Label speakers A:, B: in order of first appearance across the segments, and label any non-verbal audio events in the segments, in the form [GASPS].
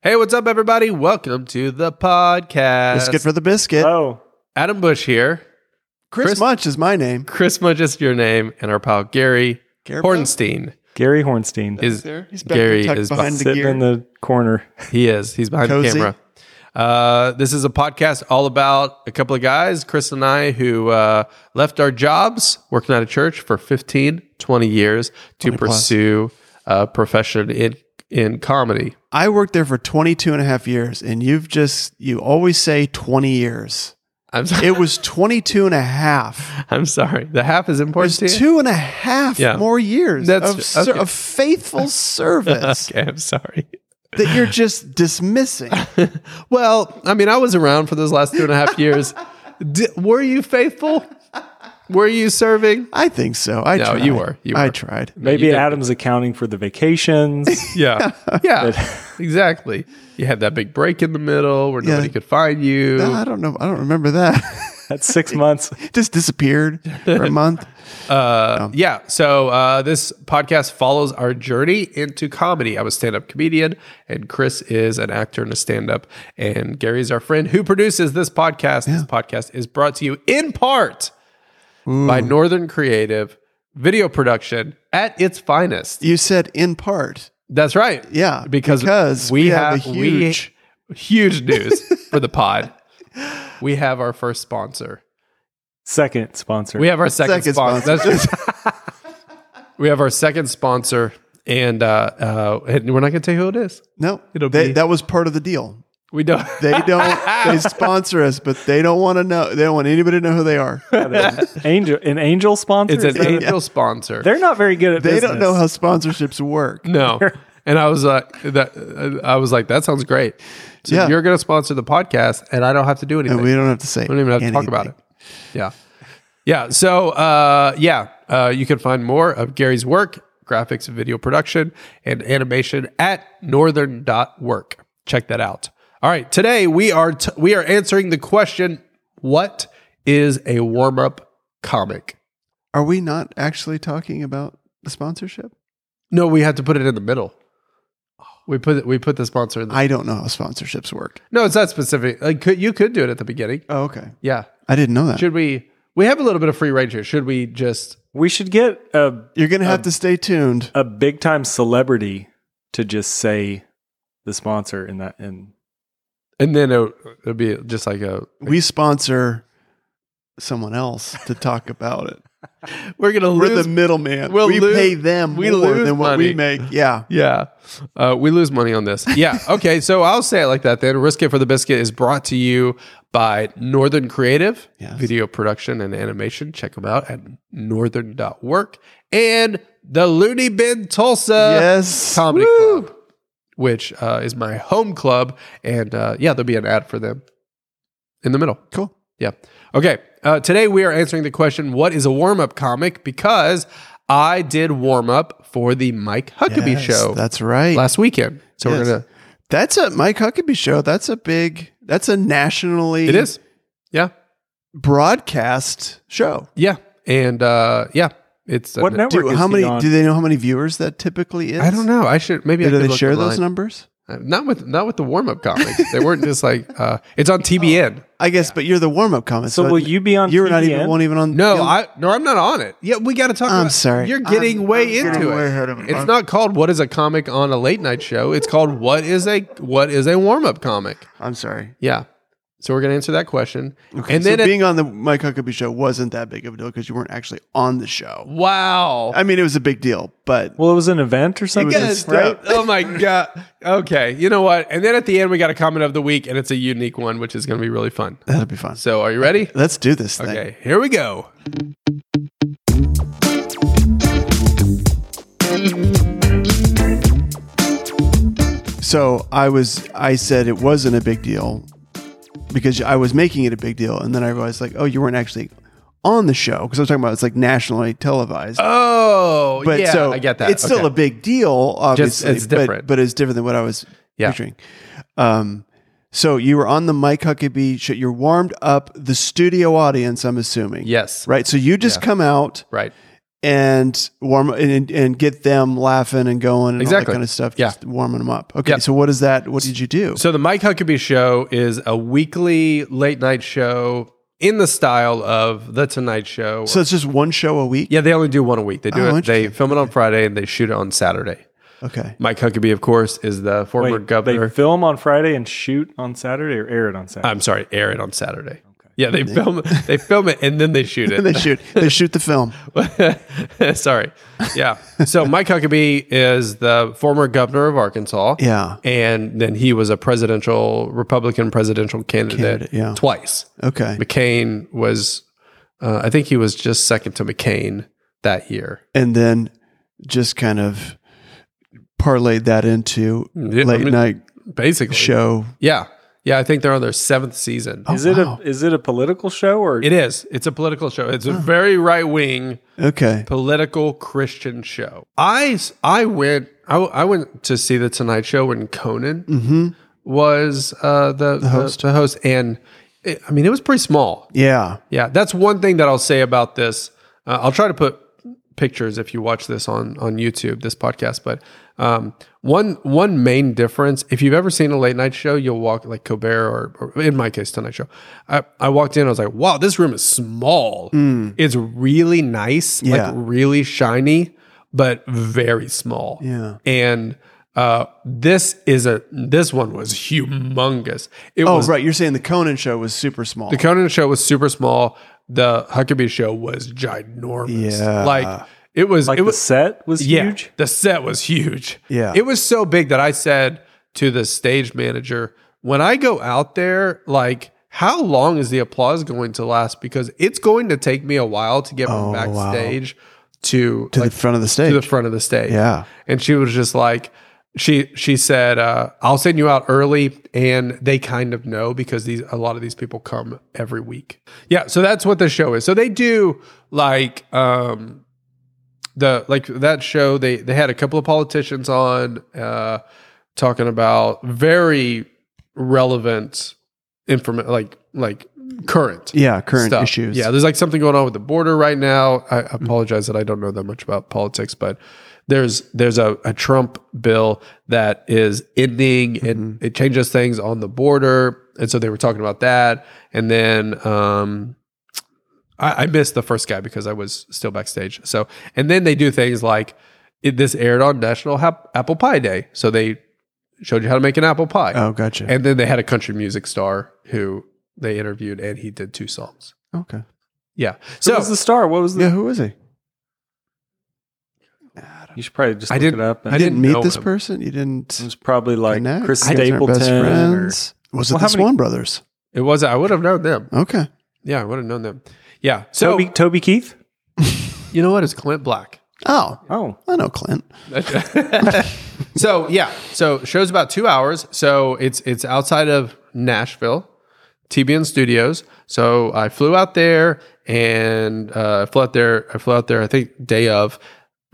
A: Hey, what's up, everybody? Welcome to the podcast.
B: Biscuit for the
C: [LAUGHS]
B: biscuit.
C: Oh,
A: Adam Bush here.
B: Chris,
A: Chris-
B: Munch is my name.
A: Chris Mudge is your name, and our pal Gary
B: Gary
A: Hornstein
C: Gary Hornstein
A: is
B: He's back
A: Gary
B: tucked
A: is
B: behind
A: behind
B: the
C: sitting
B: gear.
C: in the corner.
A: he is he's behind the
B: Cozy.
A: camera. Uh, this is a podcast all about a couple of guys, Chris and I, who uh, left our jobs working at a church for 15, 20 years to
B: 20 plus.
A: pursue a profession in in comedy.
B: I worked there for 22 and a half years, and you've just, you always say 20 years.
A: I'm sorry.
B: It was 22 and a half.
A: [LAUGHS] I'm sorry. The half is important
B: There's
A: to you. [LAUGHS]
B: two and a half
A: Yeah.
B: more years
A: That's-
B: of, ser-
A: okay. [LAUGHS]
B: of faithful service
A: okay, I'm sorry.
B: that you're just dismissing.
A: Well, I mean, I was around for those last two and a half years. D- were you faithful? Were you serving?
B: I think so. I
A: No,
B: tried.
A: you were. You
B: I
A: were.
B: tried.
C: Maybe Adam's accounting for the vacations.
A: Yeah. [LAUGHS] Yeah. exactly. You had that big break in the middle where nobody
B: Yeah.
A: could find you.
B: No, I don't know. I don't remember that. [LAUGHS]
C: That's six months.
B: just disappeared
A: [LAUGHS]
B: for a month.
A: Uh, yeah. So uh, this podcast follows our journey into comedy. I'm a stand up comedian, and Chris is an actor and a stand up. And Gary's our friend who produces this podcast. This podcast is brought to you in part by Northern Creative Video Production at its finest.
B: You said in part.
A: That's right.
B: Yeah,
A: Because,
B: because
A: we,
B: we
A: have,
B: have a
A: huge, huge news for the pod. We have our first sponsor.
C: Second sponsor.
A: We have our second,
B: Second
A: sponsor. That's just- [LAUGHS] we have our second sponsor, and uh, uh, and we're not going to tell you who it is.
B: No,
A: It'll
B: they,
A: be-
B: that was part of the deal.
A: We don't.
B: [LAUGHS] They don't.
A: [LAUGHS]
B: they sponsor us, but they don't want to know. They don't want anybody to know who they
A: [LAUGHS]
B: are.
C: [LAUGHS] angel, an angel sponsor.
A: It's
C: Is
A: an
C: that-
A: angel sponsor.
C: They're not very good at
B: They
C: business.
B: don't know how sponsorships work.
A: no. And I was like, that, uh, I was like, that sounds great. So
B: Yeah.
A: you're going to sponsor the podcast, and I don't have to do anything.
B: And [LAUGHS] we don't have to say.
A: We don't even have to talk about it. Yeah. Yeah. So, uh, yeah, uh, you can find more of Gary's work, graphics and video production, and animation at northern.work. Check that out. All right. Today we are t- we are answering the question what is a warm up comic?
B: Are we not actually talking about the sponsorship?
A: No, we had to put it in the middle. We put it, we put the sponsor in the
B: I don't know how sponsorships work.
A: No, it's not specific. Like could, you could do it at the beginning.
B: Oh, okay.
A: Yeah.
B: I didn't know that.
A: Should we we have a little bit of free range here. Should we just
C: We should get a
B: You're gonna
A: Um,
B: have to stay tuned.
C: a big time celebrity to just say the sponsor in that. And
A: And then it would be just like a.
B: We sponsor someone else to talk about
A: [LAUGHS]
B: it.
A: We're gonna
B: We're
A: lose.
B: the middleman.
A: we'll
B: we
A: lose-
B: pay them
A: we
B: more
A: lose
B: than what
A: money.
B: we make. Yeah.
A: yeah, uh, we lose money on this. Yeah. Okay. so I'll say it like that. Then Risk It for the Biscuit is brought to you by Northern Creative
B: Yes.
A: Video Production and Animation. Check them out at northern.work and the Looney Bin Tulsa
B: yes.
A: Comedy Club, which uh, is my home club. And uh, yeah, there'll be an ad for them in the middle.
B: Cool.
A: Yeah. Okay. Uh, today we are answering the question, "What is a warm-up comic?" Because I did warm up for the Mike Huckabee
B: Yes,
A: show
B: That's right.
A: last weekend, so we're
B: Yes.
A: gonna.
B: That's a Mike Huckabee show. That's a big. That's a nationally
A: It is. Yeah.
B: broadcast show.
A: Yeah. And uh, yeah, it's.
C: what
A: uh,
C: network
B: Do,
C: is
B: how
C: he
B: many?
C: on?
B: Do they know how many viewers that typically is?
A: I don't know. I should maybe. I
B: Do
A: could
B: they
A: look
B: share those
A: online.
B: numbers?
A: Uh, Not with not with the warm-up comic. they weren't just like uh, it's on
B: [LAUGHS]
A: TBN.
B: I guess, but you're the warm up comment.
C: so will you be on?
B: You're not even
C: TBN?
B: won't even on.
A: No,
B: you'll-
A: I no, I'm not on it. Yeah, we got to talk.
B: I'm
A: about-
B: sorry.
A: You're getting
B: I'm-
A: way
B: I'm
A: into
B: getting
A: it.
B: way ahead of-
A: it's
B: I'm-
A: not called what is a comic on a late night show. It's called what is a what is a warm up comic.
B: I'm sorry.
A: Yeah. So we're gonna answer that question, and
B: so
A: then it-
B: being on the Mike Huckabee show wasn't that big of a deal because you weren't actually on the show.
A: wow.
B: I mean, it was a big deal, but
C: Well, it was an event or something,
B: Yes,
C: right?
B: yeah.
A: oh my god. Okay. You know what? And then at the end we got a comment of the week, and it's a unique one, which is gonna be really fun.
B: that'll be fun.
A: So are you
B: [LAUGHS]
A: ready?
B: Let's do this thing.
A: Okay. Here we go.
B: So I was, I said it wasn't a big deal because I was making it a big deal, and then I realized like, oh, you weren't actually on the show because I was talking about it's like nationally televised.
A: Oh,
B: but
A: yeah.
B: so
A: I get that.
B: It's still a
A: Okay.
B: big deal,
A: Just-
B: obviously.
A: it's
B: but-
A: different.
B: but, it's different than what I was
A: Yeah.
B: picturing. Um, so you were on the Mike Huckabee show. You're warmed up the studio audience. I'm assuming,
A: yes.
B: right? So you just come out
A: Right.
B: and warm and, and get them laughing and going and all that
A: Exactly.
B: kind of stuff.
A: Yeah.
B: Just warming them up. Okay.
A: Yep.
B: So what is that? What did you do?
A: So the Mike Huckabee Show is a weekly late night show in the style of the Tonight Show.
B: So it's just one show a week.
A: yeah, they only do one a week. They do
B: Oh,
A: it. They film it on Friday and they shoot it on Saturday.
B: Okay. [LAUGHS]
A: Mike Huckabee, of course, is the former
C: Wait,
A: governor.
C: they film on Friday and shoot on Saturday or air it on Saturday?
A: I'm sorry, air it on Saturday. Yeah,
B: [LAUGHS]
A: they film they film it and then they shoot it. [LAUGHS]
B: And they shoot. they shoot the film.
A: Sorry. Yeah. So Mike Huckabee is the former governor of Arkansas.
B: Yeah.
A: And then he was a presidential Republican presidential candidate,
B: Candidate, yeah.
A: twice. [LAUGHS]
B: Okay.
A: McCain was, uh, I think he was just second to McCain that year.
B: And then just kind of parlayed that into
A: Yeah, I
B: late
A: mean-
B: night
A: Basically,
B: show.
A: yeah, yeah. I think they're on their seventh season.
C: is it
B: wow.
C: a is it a political show or
A: It is. It's a political show. It's a very right wing
B: Okay.
A: political Christian show. I s- I went I, w- I went to see the Tonight Show when Conan was uh, Mm-hmm. the, the host. The, host, and it, I mean it was pretty small.
B: Yeah.
A: Yeah, that's one thing that I'll say about this. Uh, I'll try to put pictures if you watch this on on YouTube, this podcast. But um, one one main difference, if you've ever seen a late night show, you'll walk like Colbert or, or in my case Tonight Show. I, I walked in, I was like, wow, this room is small. It's really nice,
B: Mm. Yeah.
A: like really shiny, but very small.
B: Yeah.
A: and. Uh, this is a this one was humongous. It
B: Oh,
A: was
B: right. You're saying the Conan show was super small.
A: the Conan show was super small. The Huckabee show was ginormous.
B: Yeah.
A: Like it was
C: like
A: it
C: the
A: was
C: set was
A: yeah,
C: huge?
A: The set was huge.
B: Yeah.
A: It was so big that I said to the stage manager, when I go out there, like how long is the applause going to last? Because it's going to take me a while to get from
B: Oh, wow.
A: backstage to
B: to
A: like,
B: the front of the stage.
A: to the front of the stage.
B: Yeah.
A: And she was just like, she she said, uh, "I'll send you out early," and they kind of know because these a lot of these people come every week. Yeah, so that's what the show is. So they do like um, the like that show. They they had a couple of politicians on uh, talking about very relevant information, like like current
B: Yeah. Current
A: stuff.
B: issues.
A: Yeah, there's like something going on with the border right now. I apologize that I don't know that much about politics, but there's there's a, a Trump bill that is ending
B: Mm-hmm.
A: and it changes things on the border, and so they were talking about that, and then um, I, I missed the first guy because I was still backstage. So and then they do things like it, this aired on National Hap- Apple Pie Day, so they showed you how to make an apple pie.
B: Oh, gotcha.
A: And then they had a country music star who they interviewed, and he did two songs.
B: okay.
A: Yeah.
C: So,
A: So
C: was the star? What was the?
B: Yeah. Who was he?
C: You should probably just
A: I
C: look
A: didn't-
C: it up.
A: I
B: You
A: didn't
B: didn't, meet
A: know
B: this
A: him.
B: person. You didn't
C: it was probably like
B: connect?
C: Chris
B: You guys weren't
C: Stapleton.
B: Best
C: or-
B: friends. Was it the
C: Well, how many-
B: Swan Brothers?
A: it was. I would have known them.
B: Okay.
A: Yeah, I would have known them. Yeah. So
C: Toby Toby Keith.
A: you know what? It's Clint Black.
B: Oh,
C: Oh,
B: I know Clint.
A: [LAUGHS] so yeah. So show's about two hours. So it's it's outside of Nashville, TBN Studios. So I flew out there and uh, I flew out there. I flew out there. I think day of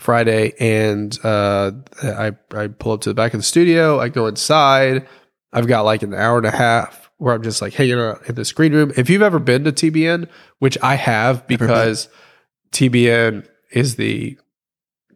A: Friday, and uh, I I pull up to the back of the studio. I go inside. I've got like an hour and a half where I'm just like hanging out in the screen room. If you've ever been to TBN, which I have because TBN is the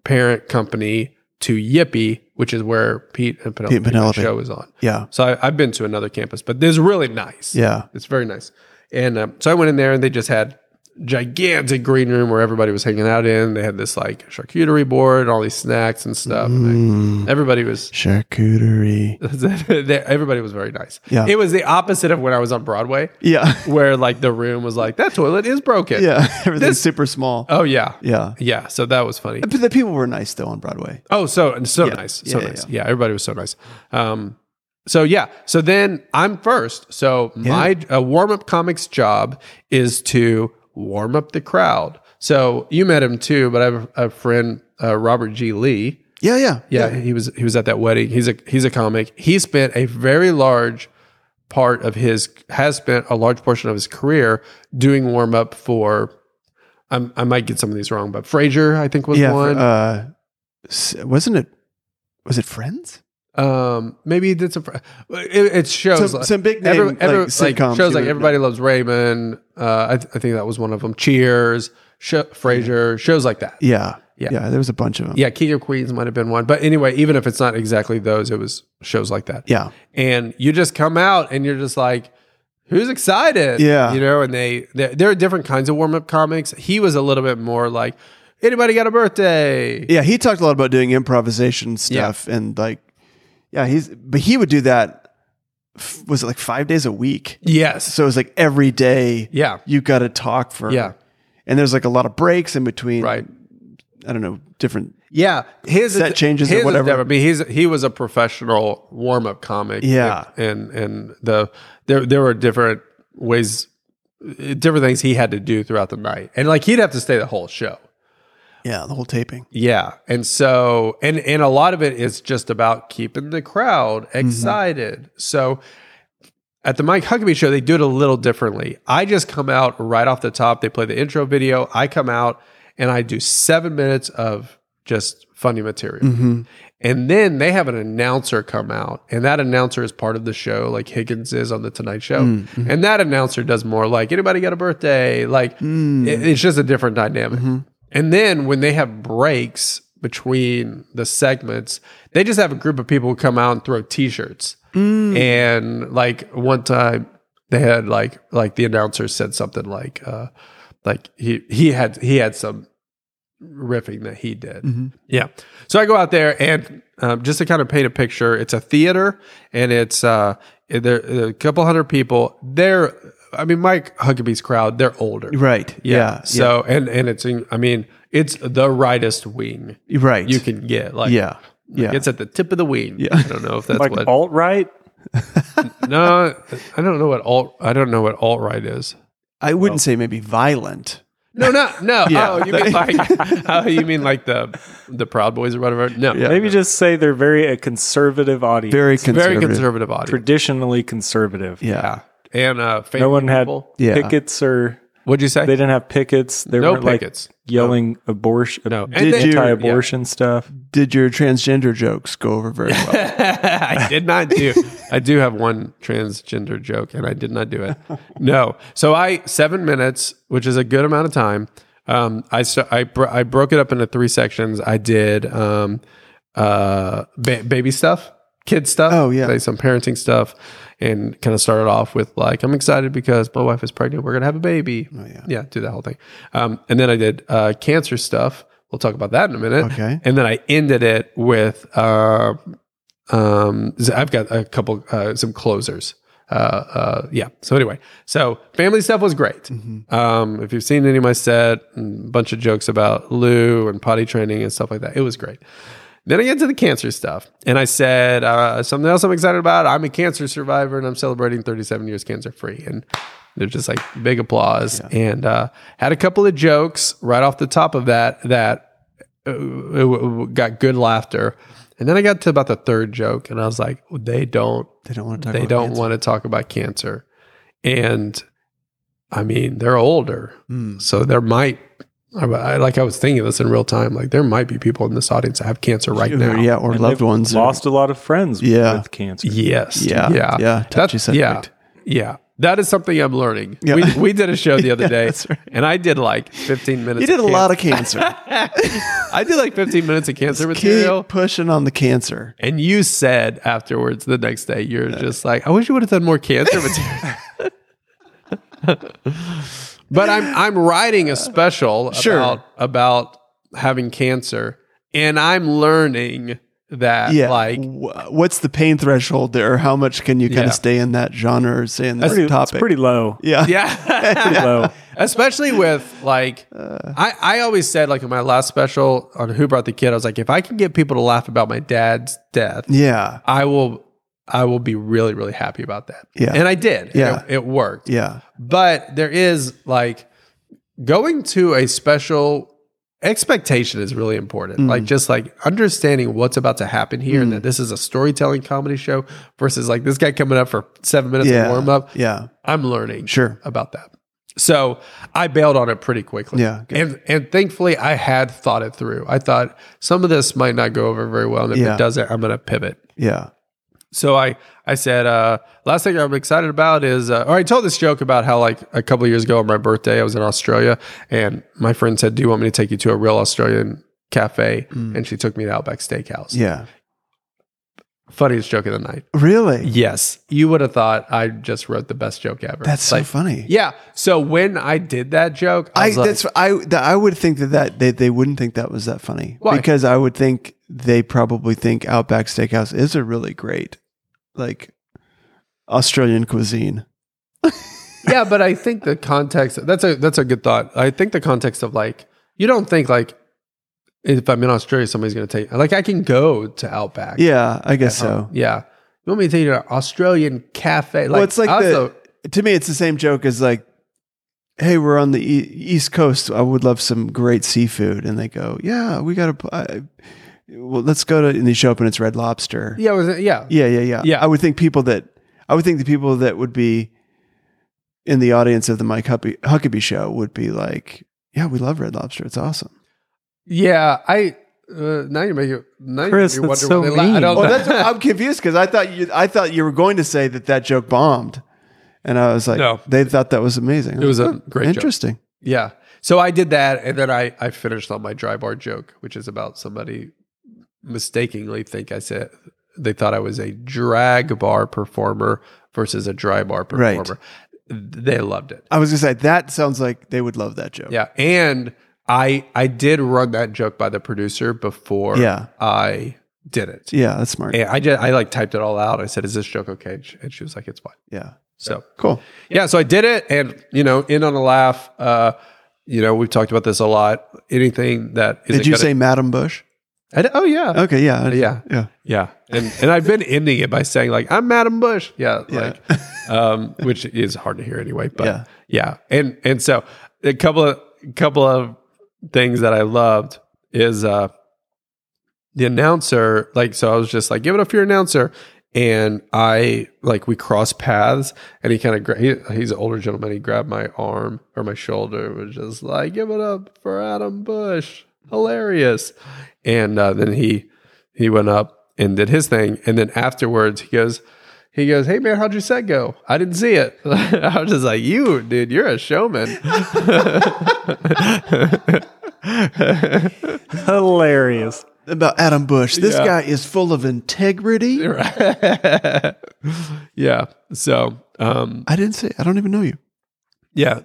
A: parent company to Yippee, which is where Pete and Penelope,
B: Pete and Penelope.
A: show is on.
B: Yeah.
A: So I, I've been to another campus, but this is really nice.
B: Yeah.
A: It's very nice. And um, so I went in there and they just had gigantic green room where everybody was hanging out in. They had this like charcuterie board and all these snacks and stuff. And
B: Mm,
A: they- everybody was [LAUGHS]
B: charcuterie.
A: they- everybody was very nice.
B: Yeah.
A: It was the opposite of when I was on Broadway
B: Yeah. [LAUGHS]
A: where like the room was like that toilet is broken.
B: Yeah. [LAUGHS] Everything's super small.
A: Oh yeah.
B: yeah.
A: Yeah, so that was funny.
B: But the people were nice though on Broadway.
A: Oh, so and so nice, so
B: yeah,
A: nice. Yeah. everybody was so nice. Um, so yeah, so then I'm first. So my uh, warm up comics job is to warm up the crowd. So you met him too, but I have a friend, uh, Robert G. Lee.
B: Yeah. Yeah.
A: Yeah, he was he was at that wedding. He's a he's a comic. He spent a very large part of his has spent a large portion of his career doing warm up for. I'm, I might get some of these wrong, but Frasier I think was
B: Yeah.
A: one.
B: Uh, s- wasn't it? Was it Friends?
A: Um, maybe he did some. It, it's shows
B: Some,
A: like,
B: some big name
A: every- every-
B: like, sitcoms.
A: shows
B: you
A: like
B: would-
A: Everybody Loves Raymond. Uh, I, th- I think that was one of them. Cheers, Sh- Frasier, shows like that.
B: Yeah.
A: Yeah.
B: Yeah. There was a bunch of them.
A: Yeah, King of Queens might have been one, but anyway, even if it's not exactly those, it was shows like that.
B: Yeah.
A: and you just come out and you're just like, who's excited?
B: Yeah.
A: you know. And they there there are different kinds of warm up comics. He was a little bit more like, anybody got a birthday?
B: Yeah, he talked a lot about doing improvisation stuff and like, yeah, he's but he would do that. f- Was it like five days a week?
A: Yes.
B: So it was like every day.
A: Yeah.
B: you got to talk for
A: Yeah.
B: and there's like a lot of breaks in between.
A: Right.
B: I don't know different.
A: Yeah, his
B: Set changes or
A: his is
B: whatever.
A: different, but he's he was a professional warm up comic.
B: Yeah.
A: and and the there there were different ways, different things he had to do throughout the night, and like he'd have to stay the whole show.
B: Yeah, the whole taping.
A: Yeah, and so and and a lot of it is just about keeping the crowd
B: Mm-hmm.
A: excited. So at the Mike Huckabee show, they do it a little differently. I just come out right off the top. They play the intro video. I come out and I do seven minutes of just funny material.
B: Mm-hmm.
A: And then they have an announcer come out, and that announcer is part of the show, like Higgins is on the Tonight Show. And that announcer does more like anybody got a birthday, like it- it's just a different dynamic. And then when they have breaks between the segments, they just have a group of people come out and throw T-shirts. And like one time, they had like like the announcer said something like uh like he he had he had some riffing that he did.
B: Mm-hmm.
A: Yeah. So I go out there and um, just to kind of paint a picture, it's a theater and it's uh, there there are a couple hundred people. They're I mean Mike Huckabee's crowd, they're older.
B: Right. Yeah.
A: So and and it's in, I mean it's the rightest wing
B: yeah. Right.
A: you can get like
B: Yeah. Yeah.
A: like, it's at the tip of the wing. Yeah. I don't know if that's
C: Like
A: what
C: alt right?
A: no I don't know what alt I don't know what alt right is.
B: I wouldn't say maybe violent.
A: No, no, no.
B: [LAUGHS] Yeah.
A: Oh, you mean like [LAUGHS] oh, you mean like the the Proud Boys or whatever? No.
B: Yeah.
C: Maybe just say they're very a conservative audience.
B: Very conservative.
A: Very conservative audience.
C: traditionally conservative.
B: Yeah.
A: and uh, family
C: No one had
A: people.
B: Yeah.
C: pickets or
A: What'd you say?
C: they didn't have pickets. They
A: no
C: weren't like
A: pickets.
C: yelling abortion
A: No. And they-
C: anti-abortion stuff.
B: Did your transgender jokes go over very well?
A: [LAUGHS] I did not do. I do have one transgender joke, and I did not do it. No. So I seven minutes, which is a good amount of time. Um, I so I bro- I broke it up into three sections. I did um, uh, ba- baby stuff, kid stuff.
B: Oh, yeah.
A: like some parenting stuff, and kind of started off with like I'm excited because my wife is pregnant. We're gonna have a baby. Oh, yeah, yeah, do that whole thing. Um, and then I did uh, cancer stuff. We'll talk about that in a minute.
B: Okay.
A: And then I ended it with um, um so i've got a couple uh some closers uh uh yeah so anyway so family stuff was great um if you've seen any of my set a bunch of jokes about lou and potty training and stuff like that it was great then I get to the cancer stuff, and I said uh, something else I'm excited about. I'm a cancer survivor, and I'm celebrating 37 years cancer free. And they're just like big applause, and uh, had a couple of jokes right off the top of that that uh, uh, got good laughter. And then I got to about the third joke, and I was like, they don't
B: They don't want to talk.
A: they
B: about
A: don't
B: cancer.
A: want to talk about cancer and i mean they're older
B: Hmm.
A: so there might I, I- like i was thinking this in real time like there might be people in this audience that have cancer right
B: Or-
A: now
B: yeah, or
C: And
B: loved
C: they've
B: ones. or-
C: lost a lot of friends
B: Yeah.
C: with cancer.
A: yes
B: Yeah,
A: yeah
B: yeah, touchy
A: That's- yeah
B: subject.
A: yeah that is something i'm learning
B: Yeah.
A: we, we
B: [LAUGHS]
A: did a show the other day
B: that's right.
A: and i did like 15 minutes
B: you did a lot of
A: [LAUGHS]
B: cancer.
A: i did like 15 minutes of cancer material
B: Keep pushing on the cancer.
A: and you said afterwards the next day you're just like i wish you would have done more cancer material [LAUGHS] but i'm i'm writing a special
B: [LAUGHS] Sure.
A: about about having cancer and i'm learning that
B: Yeah.
A: like [LAUGHS]
B: Wh- what's the pain threshold there? Or how much can you kind
A: Yeah.
B: of stay in that genre or stay in that
C: Pretty, it's
B: topic?
C: pretty low.
B: yeah.
A: yeah
B: [LAUGHS]
C: Pretty low.
A: especially with like
B: Uh.
A: I, I always said like in my last special on who brought the kid i was like if i can get people to laugh about my dad's death
B: Yeah.
A: i will i will be really really happy about that
B: Yeah.
A: and i did
B: Yeah.
A: it, it worked
B: Yeah.
A: but there is like going to a special expectation is really important like
B: Mm.
A: just like understanding what's about to happen here and that this is a storytelling comedy show versus like this guy coming up for seven minutes
B: Yeah.
A: of warm up
B: Yeah.
A: i'm learning
B: Sure.
A: about that so i bailed on it pretty quickly
B: Yeah, good.
A: and and thankfully i had thought it through i thought some of this might not go over very well and if
B: Yeah.
A: it doesn't i'm gonna pivot
B: Yeah.
A: So I I said uh, last thing I'm excited about is uh, or I told this joke about how like a couple of years ago on my birthday I was in Australia and my friend said, "Do you want me to take you to a real Australian cafe?" And she took me to Outback Steakhouse.
B: Mm. Yeah.
A: Funniest joke of the night.
B: Really?
A: Yes, you would have thought I just wrote the best joke ever.
B: That's so
A: like,
B: funny.
A: yeah. So when I did that joke, I,
B: I
A: was like,
B: that's I th- I would think that that they, they wouldn't think that was that funny
A: Why?
B: because I would think they probably think Outback Steakhouse is a really great like Australian cuisine.
A: [LAUGHS] yeah, but I think the context that's a that's a good thought. I think the context of like you don't think like if I'm in Australia, somebody's gonna take like I can go to Outback.
B: Yeah, I guess
A: Um,
B: so.
A: yeah. You want me to take you to an Australian cafe? Like,
B: well, it's like
A: I was
B: the, to me, it's the same joke as like, hey, we're on the e- East Coast. I would love some great seafood, and they go, yeah, we got to. Uh, well, let's go to, and they show up and it's Red Lobster.
A: yeah, was it, yeah,
B: Yeah, yeah, yeah.
A: Yeah.
B: I would think people that I would think the people that would be in the audience of the Mike Huckabee, Huckabee show would be like, "Yeah, we love Red Lobster. It's awesome."
A: yeah. I uh, now you're making now you're-
C: Chris,
A: you're
C: that's
A: wondering why they
C: so
A: laugh. I
C: mean.
A: don't
B: Oh,
A: know.
B: that's
A: [LAUGHS]
B: what, [LAUGHS] I'm confused because I thought you I thought you were going to say that that joke bombed, and I was like,
A: No.
B: they thought that was amazing."
A: It was a
B: Huh,
A: great joke.
B: interesting.
A: Yeah. So I did that, and then I I finished on my dry bar joke, which is about somebody mistakenly think I said they thought I was a drag bar performer versus a dry bar
B: Right.
A: performer. They loved it.
B: I was gonna say that sounds like they would love that joke.
A: Yeah, and I I did run that joke by the producer before
B: Yeah.
A: I did it.
B: yeah, that's smart.
A: And I just I like typed it all out. I said, "Is this joke okay?" And she- And she was like, "It's fine."
B: yeah,
A: So
B: cool.
A: yeah, so I did it, and you know, in on a laugh. Uh, you know, we've talked about this a lot. Anything that isn't
B: Did you
A: gonna-
B: say Madam Bush?
A: I d- oh yeah,
B: Okay, yeah,
A: Yeah.
B: yeah.
A: yeah, and and I've been ending it by saying like I'm Madam Bush, yeah,
B: Yeah.
A: like, um, which is hard to hear anyway, but
B: Yeah.
A: yeah, and and so a couple of couple of things that I loved is uh the announcer, like, so I was just like, give it up for your announcer. And I like we cross paths, and he kind of gra- he, he's an older gentleman. He grabbed my arm or my shoulder, was just like, "Give it up for Adam Bush, hilarious!" And uh, then he he went up and did his thing, and then afterwards he goes, he goes, "Hey man, how'd your set go? I didn't see it." [LAUGHS] I was just like, "You dude, you're a showman." [LAUGHS]
C: Hilarious.
B: About Adam Bush, this
A: Yeah.
B: guy is full of integrity.
A: yeah. So um,
B: I didn't say. I don't even know you.
A: Yeah.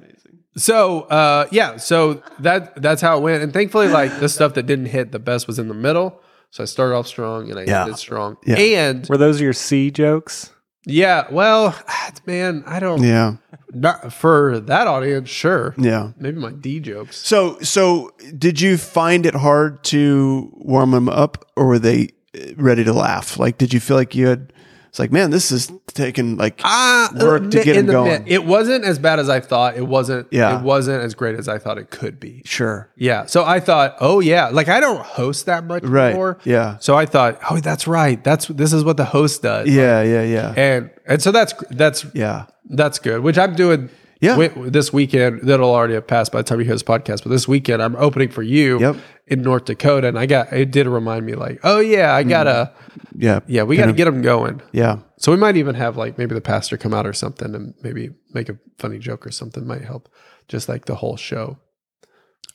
A: So uh, yeah, so that that's how it went, and thankfully, like the stuff that didn't hit the best was in the middle. So I started off strong and I
B: Yeah.
A: ended strong.
B: Yeah.
A: And
C: Were those your C jokes?
A: yeah, well, [SIGHS] man, I don't
B: Yeah,
A: not for that audience. Sure,
B: yeah.
A: maybe my D jokes.
B: So, so did you find it hard to warm them up, or were they uh, ready to laugh? Like, did you feel like you had? It's like, man, this is taking like
A: Ah,
B: Work to get
A: in
B: them
A: the
B: going.
A: mid- It wasn't as bad as I thought. It wasn't.
B: Yeah.
A: It wasn't as great as I thought it could be.
B: sure,
A: Yeah. So I thought, oh yeah, like I don't host that much
B: right,
A: anymore.
B: yeah,
A: So I thought, oh, that's right. That's this is what the host does.
B: yeah, yeah, yeah,
A: and and so that's that's
B: yeah,
A: that's good. Which I'm doing.
B: Yeah.
A: wi- this weekend that'll already have passed by the time you hear this podcast. But this weekend I'm opening for you
B: Yep.
A: in North Dakota, and I got it did remind me like, oh yeah, I
B: Hmm.
A: gotta
B: yeah, yeah,
A: yeah we gotta get them going.
B: yeah.
A: So we might even have like maybe the pastor come out or something, and maybe make a funny joke or something might help. Just like the whole show.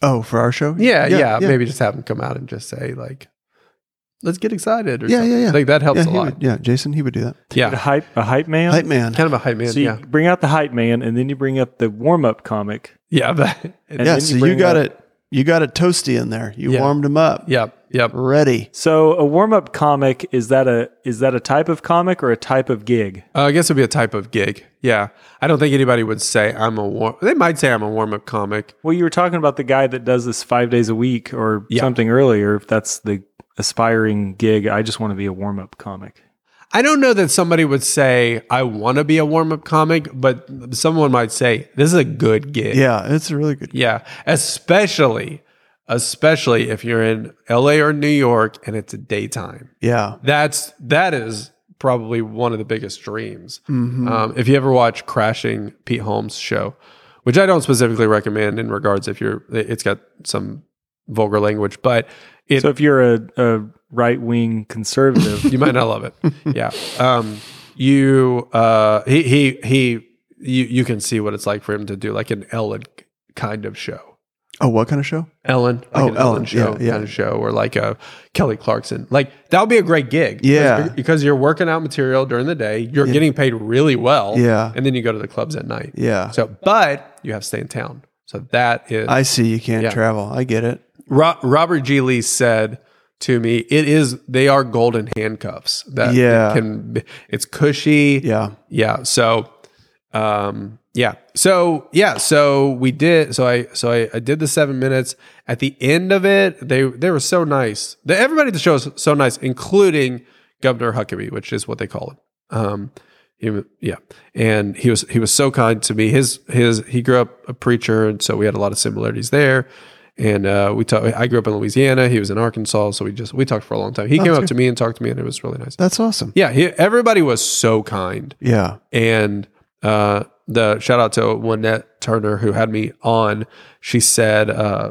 B: Oh, for our show,
A: Yeah, yeah.
B: yeah,
A: Maybe just have him come out and just say like, let's get excited. Or
B: Yeah,
A: something.
B: yeah, yeah.
A: Like that helps
B: yeah,
A: a
B: he
A: lot.
B: would- yeah. Jason, he would do that.
C: A
A: Yeah,
C: hype, a hype man.
B: Hype man.
A: kind of a hype man.
C: So you
A: yeah,
C: bring out the hype man, and then you bring up the warm up comic.
A: yeah, [LAUGHS] but,
C: And
B: Yeah,
C: then
B: so you
C: bring
B: got
C: up-
B: it. You got it toasty in there. You
A: Yeah.
B: warmed him up.
A: yeah, yeah.
B: Ready.
C: So a warm up comic is that a is that a type of comic or a type of gig?
A: Uh, I guess it'd be a type of gig. Yeah, I don't think anybody would say I'm a warm. They might say I'm a warm up comic.
C: Well, you were talking about the guy that does this five days a week or
A: Yeah.
C: something earlier. If that's the aspiring gig, I just want to be a warm up comic.
A: I don't know that somebody would say I want to be a warm up comic, but someone might say this is a good gig.
B: Yeah, it's a really good.
A: yeah. Especially, especially if you're in L.A. or New York and it's daytime.
B: Yeah,
A: That's that is probably one of the biggest dreams. Um, if you ever watch Crashing Pete Holmes' show, which I don't specifically recommend in regards if you're, it's got some vulgar language, but it
C: so if you're a, a right wing
A: [LAUGHS]
C: conservative,
A: you might not love it. Yeah. Um, you uh, he he he you you can see what it's like for him to do like an Ellen kind of show.
B: Oh, what kind of show?
A: Ellen, like
B: Oh,
A: an
B: Ellen,
A: show,
B: yeah, yeah.
A: kind of show, or like a Kelly Clarkson. Like that would be a great gig,
B: Yeah.
A: because, because you're working out material during the day, you're getting paid really well,
B: Yeah.
A: and then you go to the clubs at night,
B: Yeah.
A: So, but you have to stay in town, so that is
B: I see you can't
A: Yeah.
B: travel. I get it.
A: Ro- Robert G. Lee said to me, "It is they are golden handcuffs. That
B: Yeah.
A: it can be- it's cushy.
B: Yeah.
A: yeah. So, um, yeah. So yeah. So we did. So I so I, I did the seven minutes. At the end of it, they they were so nice. The, everybody at the show is so nice, including Governor Huckabee, which is what they call him. Um, he, wa- yeah, and he was he was so kind to me. His his he grew up a preacher, and so we had a lot of similarities there. And uh, we talked. I grew up in Louisiana. He was in Arkansas, so we just we talked for a long time. He came up to me and talked to me, and it was really nice.
B: That's awesome.
A: Yeah, he, everybody was so kind
B: Yeah.
A: and uh, the shout out to Wynette Turner who had me on. She said uh,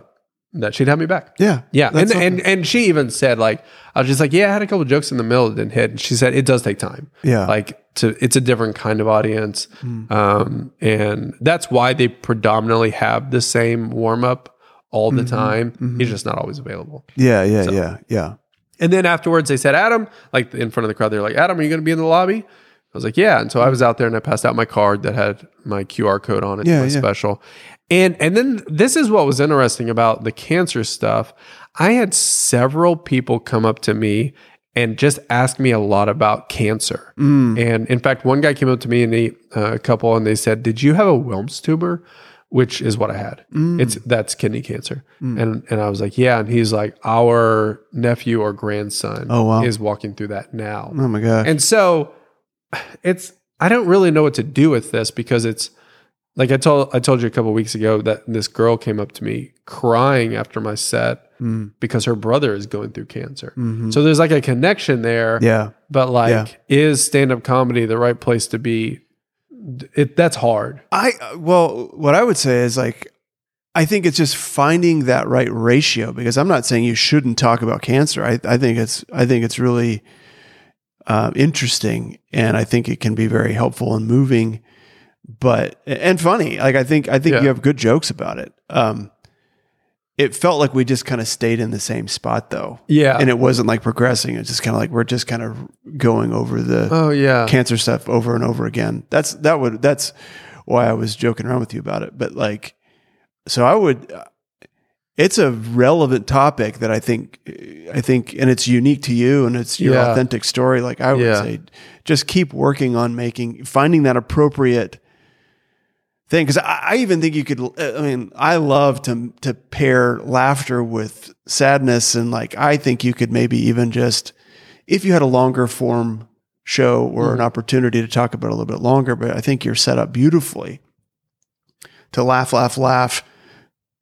A: that she'd have me back.
B: Yeah.
A: Yeah,
B: That's
A: and, and and she even said like I was just like yeah I had a couple jokes in the middle that didn't hit and she said it does take time
B: Yeah. Hmm.
A: like to it's a different kind of audience um, and that's why they predominantly have the same warm up all
B: Mm-hmm.
A: the time it's just not always available
B: yeah. Yeah. yeah. Yeah.
A: and then afterwards, they said, Adam, like in front of the crowd, they're like, Adam, are you going to be in the lobby? I was like, yeah. And so I was out there and I passed out my card that had my QR code on it,
B: Yeah,
A: my
B: yeah.
A: special. And and then this is what was interesting about the cancer stuff. I had several people come up to me and just ask me a lot about cancer.
B: Mm, Mm-hmm.
A: And in fact, one guy came up to me and he, uh, a couple and they said, "Did you have a Wilms tumor?" Which is what I had.
B: mm.
A: It's that's kidney cancer. And and I was like, "Yeah." And he's like, "Our nephew or grandson
B: Oh, wow.
A: is walking through that now."
B: Oh my gosh.
A: And so it's I don't really know what to do with this because it's like I told I told you a couple weeks ago that this girl came up to me crying after my set
B: Mm.
A: because her brother is going through cancer.
B: Mhm.
A: So there's like a connection there,
B: yeah.
A: but like
B: Yeah.
A: is stand-up comedy the right place to be? It that's hard.
B: I uh, well, what I would say is like, I think it's just finding that right ratio because I'm not saying you shouldn't talk about cancer. I, I think it's I think it's really um, interesting and I think it can be very helpful and moving, but and funny. Like I think I think
A: Yeah.
B: you have good jokes about it. Um, it felt like we just kind of stayed in the same spot though,
A: Yeah.
B: and it wasn't like progressing. It's just kind of like we're just kind of going over the
A: oh yeah.
B: cancer stuff over and over again. That's that would that's why I was joking around with you about it. But like, so I would. uh, It's a relevant topic that I think I think, and it's unique to you, and it's your
A: Yeah.
B: authentic story. Like I would
A: Yeah.
B: say, just keep working on making finding that appropriate thing because I, I even think you could i mean i love to to pair laughter with sadness and like i think you could maybe even just if you had a longer form show or
A: Mm-hmm.
B: an opportunity to talk about it a little bit longer but i think you're set up beautifully to laugh laugh laugh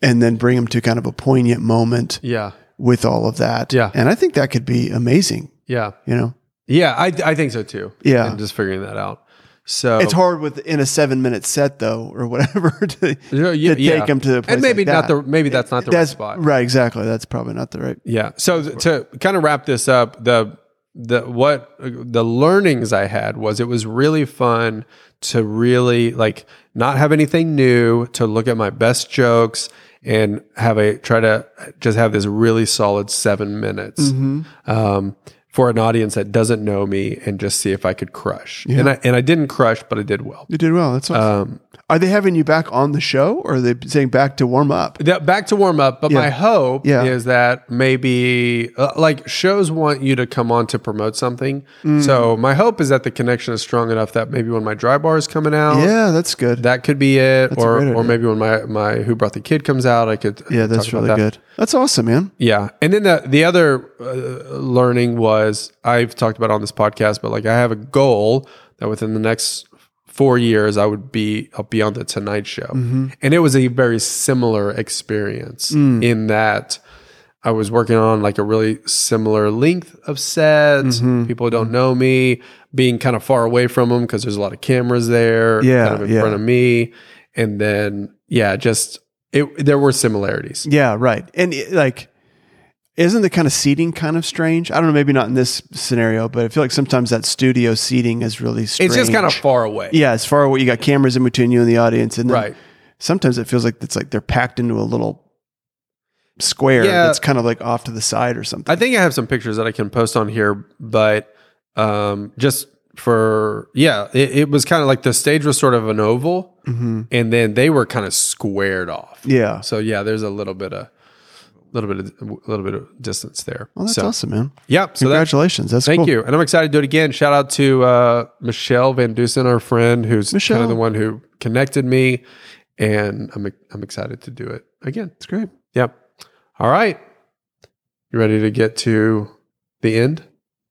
B: and then bring them to kind of a poignant moment
A: yeah.
B: with all of that
A: Yeah.
B: and i think that could be amazing
A: Yeah.
B: you know
A: Yeah, I I think so too.
B: Yeah.
A: I'm just figuring that out. So
B: it's hard with in a seven minute set though or whatever [LAUGHS] to,
A: Yeah, yeah,
B: to take them to a place
A: and maybe
B: like
A: not
B: that.
A: the maybe that's not the right
B: that's
A: spot.
B: right exactly that's probably not the right
A: Yeah. So th- to kind of wrap this up, the the what the learnings I had was it was really fun to really like not have anything new, to look at my best jokes and have a try to just have this really solid seven minutes
B: Mm-hmm.
A: um, for an audience that doesn't know me and just see if I could crush. And I and I didn't crush, but I did well.
B: you did well that's awesome
A: Um,
B: are they having you back on the show or are they saying back to warm up
A: that, back to warm up, but my hope
B: Yeah.
A: is that maybe uh, like shows want you to come on to promote something.
B: Mm.
A: So my hope is that the connection is strong enough that maybe when my dry bar is coming out,
B: yeah that's good
A: that could be it,
B: a
A: or
B: great
A: or
B: idea.
A: maybe when my my who brought the kid comes out, I could
B: yeah
A: talk
B: that's
A: about
B: really
A: that.
B: good that's awesome man
A: Yeah, and then the the other uh, learning was I've talked about on this podcast, but like I have a goal that within the next four years I would be I'll be on the Tonight Show,
B: Mm-hmm.
A: and it was a very similar experience
B: Mm.
A: in that I was working on like a really similar length of sets.
B: Mm-hmm.
A: People don't know me, being kind of far away from them because there's a lot of cameras there,
B: Yeah,
A: kind of in
B: yeah.
A: front of me, and then yeah, just It, there were similarities.
B: Yeah, right. And it, like, isn't the kind of seating kind of strange? I don't know, maybe not in this scenario, but I feel like sometimes that studio seating is really strange.
A: It's just kind of far away.
B: yeah, as far away you got cameras in between you and the audience, and then
A: Right.
B: Sometimes it feels like it's like they're packed into a little square
A: Yeah.
B: that's kind of like off to the side or something.
A: I think I have some pictures that I can post on here, but um, just for yeah, it, it was kind of like the stage was sort of an oval, and then they were kind of squared off.
B: Mm-hmm. yeah.
A: So yeah, there's a little bit of little bit of little bit of distance there.
B: Well, that's
A: so
B: awesome, man.
A: yeah, so that,
B: Congratulations. that's
A: thank
B: cool.
A: you, and I'm excited to do it again. Shout out to uh, Michelle Van Dusen, our friend, who's kind
B: Michelle.
A: of the one who connected me, and I'm I'm excited to do it again.
B: It's great.
A: Yeah. All right. You ready to get to the end?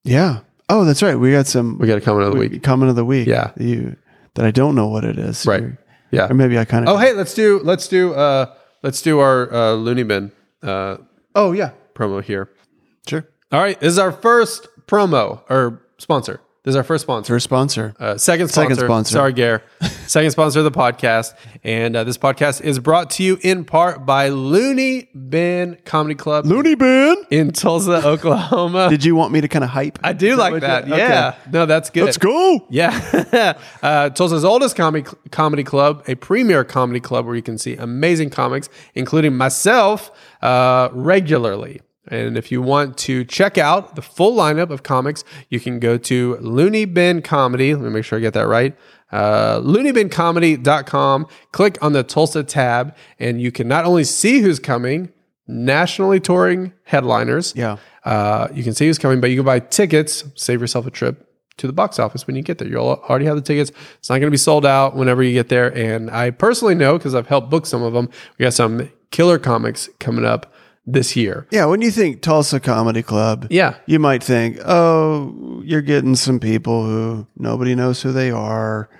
B: Yeah. Oh, that's right. We got some
A: We got a comment of the
B: we-
A: week.
B: comment of the week.
A: Yeah.
B: that You that I don't know what it is.
A: Right.
B: Or,
A: Yeah.
B: or maybe I kind of.
A: Oh, hey, let's do let's do uh let's do our uh Looney Bin uh
B: Oh yeah.
A: promo here.
B: Sure.
A: All right. This is our first promo or sponsor. This is our first sponsor.
B: Their sponsor.
A: Uh, second sponsor.
B: Second sponsor.
A: Sorry, Gare.
B: [LAUGHS]
A: second sponsor of the podcast. And uh, this podcast is brought to you in part by Looney Bin Comedy Club
B: Looney Bin.
A: in Tulsa, [LAUGHS] Oklahoma.
B: Did you want me to kind of hype?
A: I do like that.
B: Okay.
A: Yeah. No, that's good.
B: Let's go.
A: Yeah. [LAUGHS] uh, Tulsa's oldest comedy, comedy club, a premier comedy club where you can see amazing comics, including myself, uh, regularly. And if you want to check out the full lineup of comics, you can go to Looney Bin Comedy. Let me make sure I get that right. Uh, LooneyBinComedy.com. Click on the Tulsa tab, and you can not only see who's coming, nationally touring headliners.
B: Yeah.
A: Uh, you can see who's coming, but you can buy tickets, save yourself a trip to the box office when you get there. You'll already have the tickets. It's not going to be sold out whenever you get there. And I personally know because I've helped book some of them. We got some killer comics coming up this year.
B: Yeah. When you think Tulsa Comedy Club,
A: Yeah.
B: you might think, oh, you're getting some people who nobody knows who they are.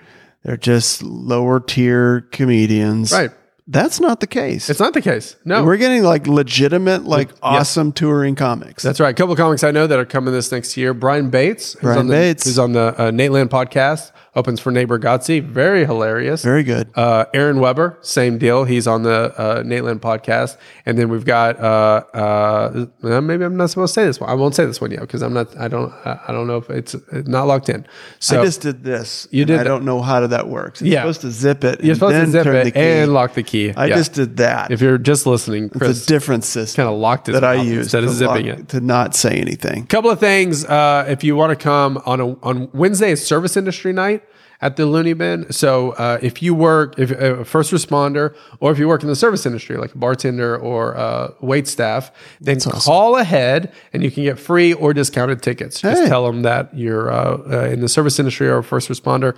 B: They're just lower tier comedians.
A: Right.
B: That's not the case.
A: It's not the case. No.
B: We're getting like legitimate, like awesome touring comics.
A: That's right. A couple of comics I know that are coming this next year. Brian Bates, who's
B: Brian
A: on the,
B: Bates.
A: who's on the uh, Nate Land podcast, opens for Neighbor Gotzi. Very hilarious.
B: very good.
A: Uh, Aaron Weber, same deal. He's on the uh, Nateland podcast, and then we've got uh, uh, well, maybe I'm not supposed to say this one. I won't say this one yet because I'm not. I don't. I I don't know if it's it's not locked in. So
B: I just did this.
A: You
B: and
A: did
B: I
A: that.
B: don't know how did that works. It's
A: Yeah.
B: supposed to zip it.
A: you're supposed to zip it and lock the key.
B: I
A: Yeah.
B: just did that.
A: if you're just listening,
B: it's a
A: Chris
B: different system
A: kind of locked his
B: that I
A: mouth
B: use
A: instead of zipping it.
B: to not say anything.
A: couple of things uh, if you want to come on a, on wednesday is service industry night at the looney bin so uh, if you work if a first responder or if you work in the service industry like a bartender or uh, wait staff then call ahead and you can get free or discounted tickets
B: Hey.
A: just tell them that you're uh, uh, in the service industry or a first responder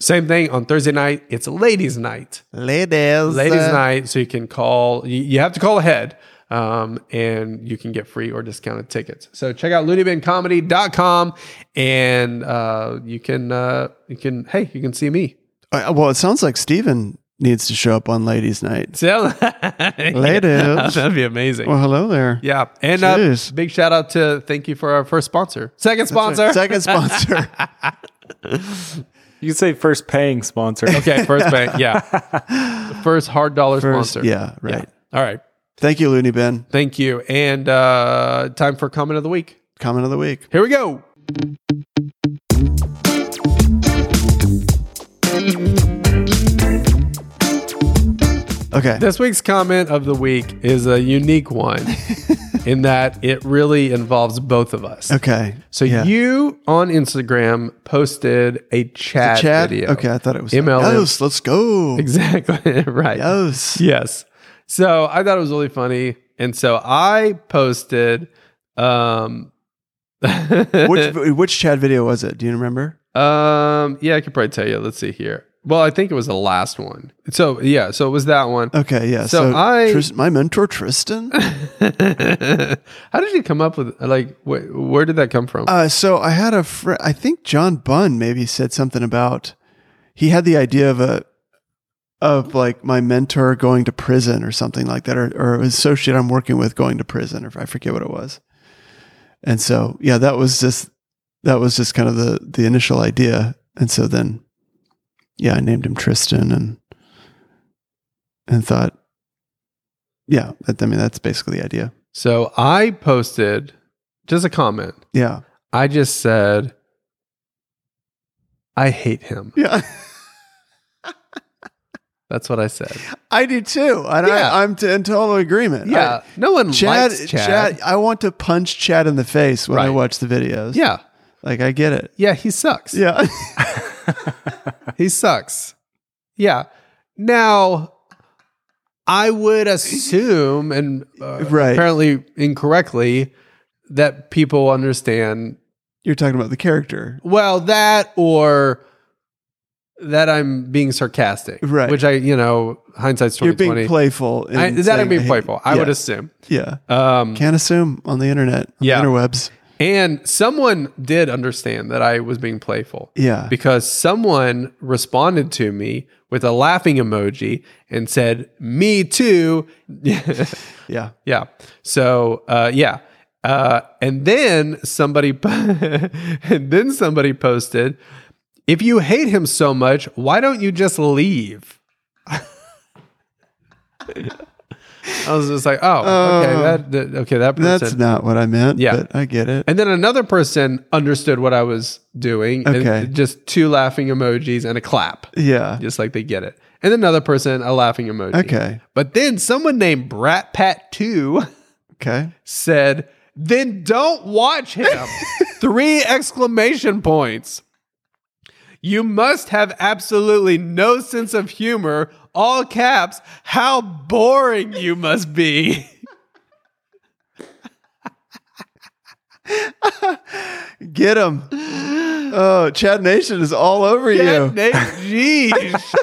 A: same thing on thursday night it's ladies night
B: Ladies.
A: ladies night so you can call you, you have to call ahead um, and you can get free or discounted tickets so check out looneybincomedy.com and uh, you can uh, you can hey you can see me
B: Uh, well, it sounds like Steven needs to show up on ladies night.
A: so [LAUGHS]
B: Ladies.
A: that'd be amazing
B: Well, hello there.
A: yeah and uh,
B: Jeez.
A: big shout out to thank you for our first sponsor second sponsor [LAUGHS]
B: Second sponsor.
C: You could say first paying sponsor.
A: okay first bank
B: [LAUGHS]
A: yeah first hard dollar sponsor
B: yeah, right.
A: all right
B: Thank you, Looney Bin.
A: thank you and uh, time for comment of the week
B: Comment of the week.
A: here we go
B: Okay.
A: This week's comment of the week is a unique
B: [LAUGHS]
A: one in that it really involves both of us.
B: Okay.
A: So
B: yeah.
A: you on Instagram posted a chat,
B: Chad.
A: video.
B: Okay, I thought it was
A: MLM.
B: Yes, let's
A: [LAUGHS]
B: go.
A: Exactly. [LAUGHS] right.
B: Yes.
A: [LAUGHS] Yes. So I thought it was really funny. And so I posted um [LAUGHS]
B: which which Chad video was it? Do you remember?
A: um yeah, I could probably tell you. Let's see here. Well, I think it was the last one. So yeah, so it was that one.
B: Okay, yeah.
A: So
B: So,
A: I-
B: Tris- my mentor
A: [LAUGHS]
B: Tristan.
A: How did you come up with like wh- where did that come from?
B: uh, so I had a friend. I think John Bunn maybe said something about he had the idea of a of like my mentor going to prison or something like that, or or an associate I'm working with going to prison, or I forget what it was. And so yeah, that was just that was just kind of the the initial idea, and so then yeah, I named him Tristan and and thought Yeah, that, I mean that's basically the idea.
A: So I posted just a comment.
B: Yeah,
A: I just said, I hate him.
B: yeah,
A: That's what I said.
B: I do too, and
A: Yeah.
B: I, I'm t- in total agreement.
A: Yeah. no
B: I,
A: one
B: Chad,
A: likes Chad.
B: Chad, I want to punch Chad in the face when I
A: Right.
B: watch the videos.
A: Yeah.
B: like I get it.
A: Yeah. He sucks.
B: Yeah, [LAUGHS]
A: He sucks. Yeah. Now, I would assume, and uh,
B: Right.
A: apparently incorrectly, that people understand
B: you're talking about the character.
A: well that or that I'm being sarcastic,
B: Right.
A: Which I, you know, hindsight's
B: You're
A: twenty
B: being
A: twenty.
B: playful. in
A: I, is that
B: saying
A: I'm being
B: hate-
A: playful? I
B: yeah,
A: would assume.
B: Yeah,
A: Um,
B: can't assume on the internet. On
A: Yeah.
B: the interwebs.
A: and someone did understand that I was being playful
B: Yeah,
A: because someone responded to me with a laughing emoji and said, "Me too." [LAUGHS]
B: yeah.
A: yeah. So uh, yeah. Uh, and then somebody, [LAUGHS] and then somebody posted, "If you hate him so much, why don't you just leave?" [LAUGHS] I was just like, "Oh, okay,
B: Oh.
A: that, that okay, that person."
B: That's not what I meant.
A: Yeah.
B: but I get it.
A: And then another person understood what I was doing. and
B: Okay.
A: just two laughing emojis and a clap,
B: Yeah.
A: just like they get it. And another person, a laughing emoji.
B: Okay.
A: But then someone named Brat Pat [LAUGHS] 2
B: Okay.
A: said, then don't watch him. Three exclamation points. You must have absolutely no sense of humor. All caps. How boring you must be. [GASPS]
B: Get him. Oh, Chad Nation is all over
A: Yeah,
B: you.
A: Nate, jeez.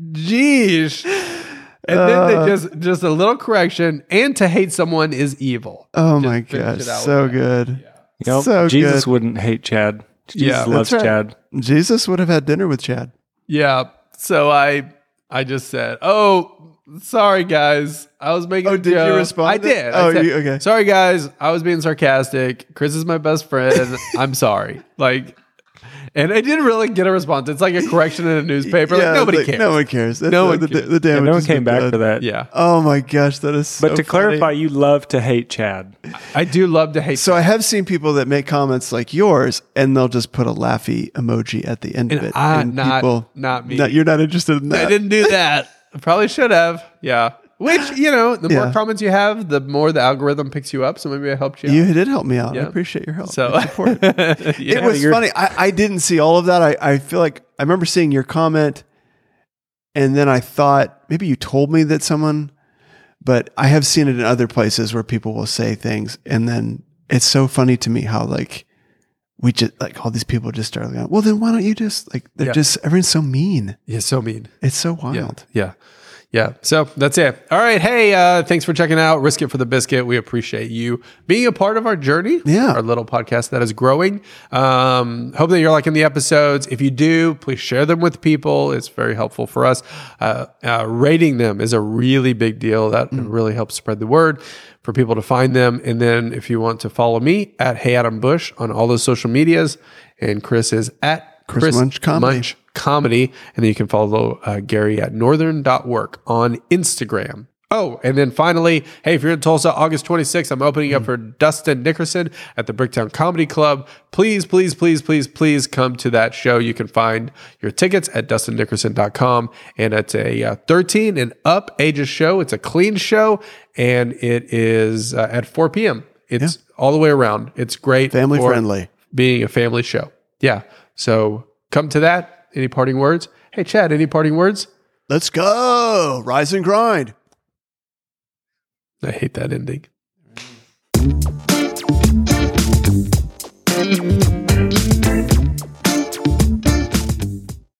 A: jeez. And then they just just a little correction and to hate someone is evil.
B: Oh my
A: finish
B: gosh,
A: it out
B: so
A: with
B: good.
C: You know,
B: So
C: Jesus
B: good.
C: wouldn't hate Chad. Jesus
A: Yeah, that's
C: loves
B: right.
C: Chad.
B: Jesus would have had dinner with Chad.
A: Yeah. So I I just said, "Oh, sorry guys. I was making
B: Oh,
A: a
B: did you
A: joke."
B: respond
A: I
B: to-
A: did. I
B: Oh,
A: said,
B: you- okay.
A: Sorry guys. I was being sarcastic. Chris is my best
B: [LAUGHS]
A: friend. I'm sorry. Like and I didn't really get a response. It's like a correction in a newspaper.
B: Yeah,
A: like nobody
B: like,
A: cares.
B: No one cares. That's-
A: No
B: the-
A: one
B: the,
A: cares.
B: The damage
C: And no one
B: has
C: came
B: been
C: back
B: done.
C: for that.
A: yeah.
B: Oh my gosh, that is. so
C: But to
B: funny.
C: clarify, you love to hate Chad.
A: I do love to hate
B: so I have seen people that make comments like yours, and they'll just put a laughy emoji at the end of
A: And
B: it.
A: I-
B: and
A: Ah, not- not me.
B: you're not interested in
A: I
B: that.
A: didn't
B: [LAUGHS]
A: do that. I probably should have. Yeah. Which, you know, the
B: Yeah.
A: more comments you have, the more the algorithm picks you up. So maybe I helped you. out.
B: You did help me out. I
A: Yeah.
B: appreciate your help.
A: So [LAUGHS]
B: and support. it was funny. I, I didn't see all of that. I, I feel like I remember seeing your comment, and then I thought maybe you told me that someone, but I have seen it in other places where people will say things, and then it's so funny to me how like we just like all these people just start going, well, then why don't you just like they're
A: Yeah.
B: just everyone's so mean.
A: Yeah, so mean.
B: It's so wild.
A: Yeah. Yeah. So that's it. All right. Hey, uh, thanks for checking out Risk It for the Biscuit. We appreciate you being a part of our journey.
B: Yeah.
A: Our little podcast that is growing. Um, hope that you're liking the episodes. If you do, please share them with people. It's very helpful for us. Uh, uh, rating them is a really big deal. That
B: Mm.
A: really helps spread the word for people to find them. And then if you want to follow me at Hey Adam Bush on all those social medias, and Chris is at
B: Chris Munch Comedy.
A: Munch comedy. And then you can follow uh, Gary at northern.work on Instagram. Oh, and then finally, hey, if you're in Tulsa, August 26th, I'm opening
B: Hmm.
A: up for Dustin Nickerson at the Bricktown Comedy Club. Please, please, please, please, please come to that show. You can find your tickets at dustinnickerson.com. And it's a uh, 13 and up ages show. It's a clean show, and it is uh, at 4 p.m. It's all the way around. It's great.
B: Family
A: for-
B: friendly.
A: being a family show. Yeah. So come to that. Any parting words? Hey, Chad, any parting words?
B: Let's go. Rise and grind.
A: I hate that ending.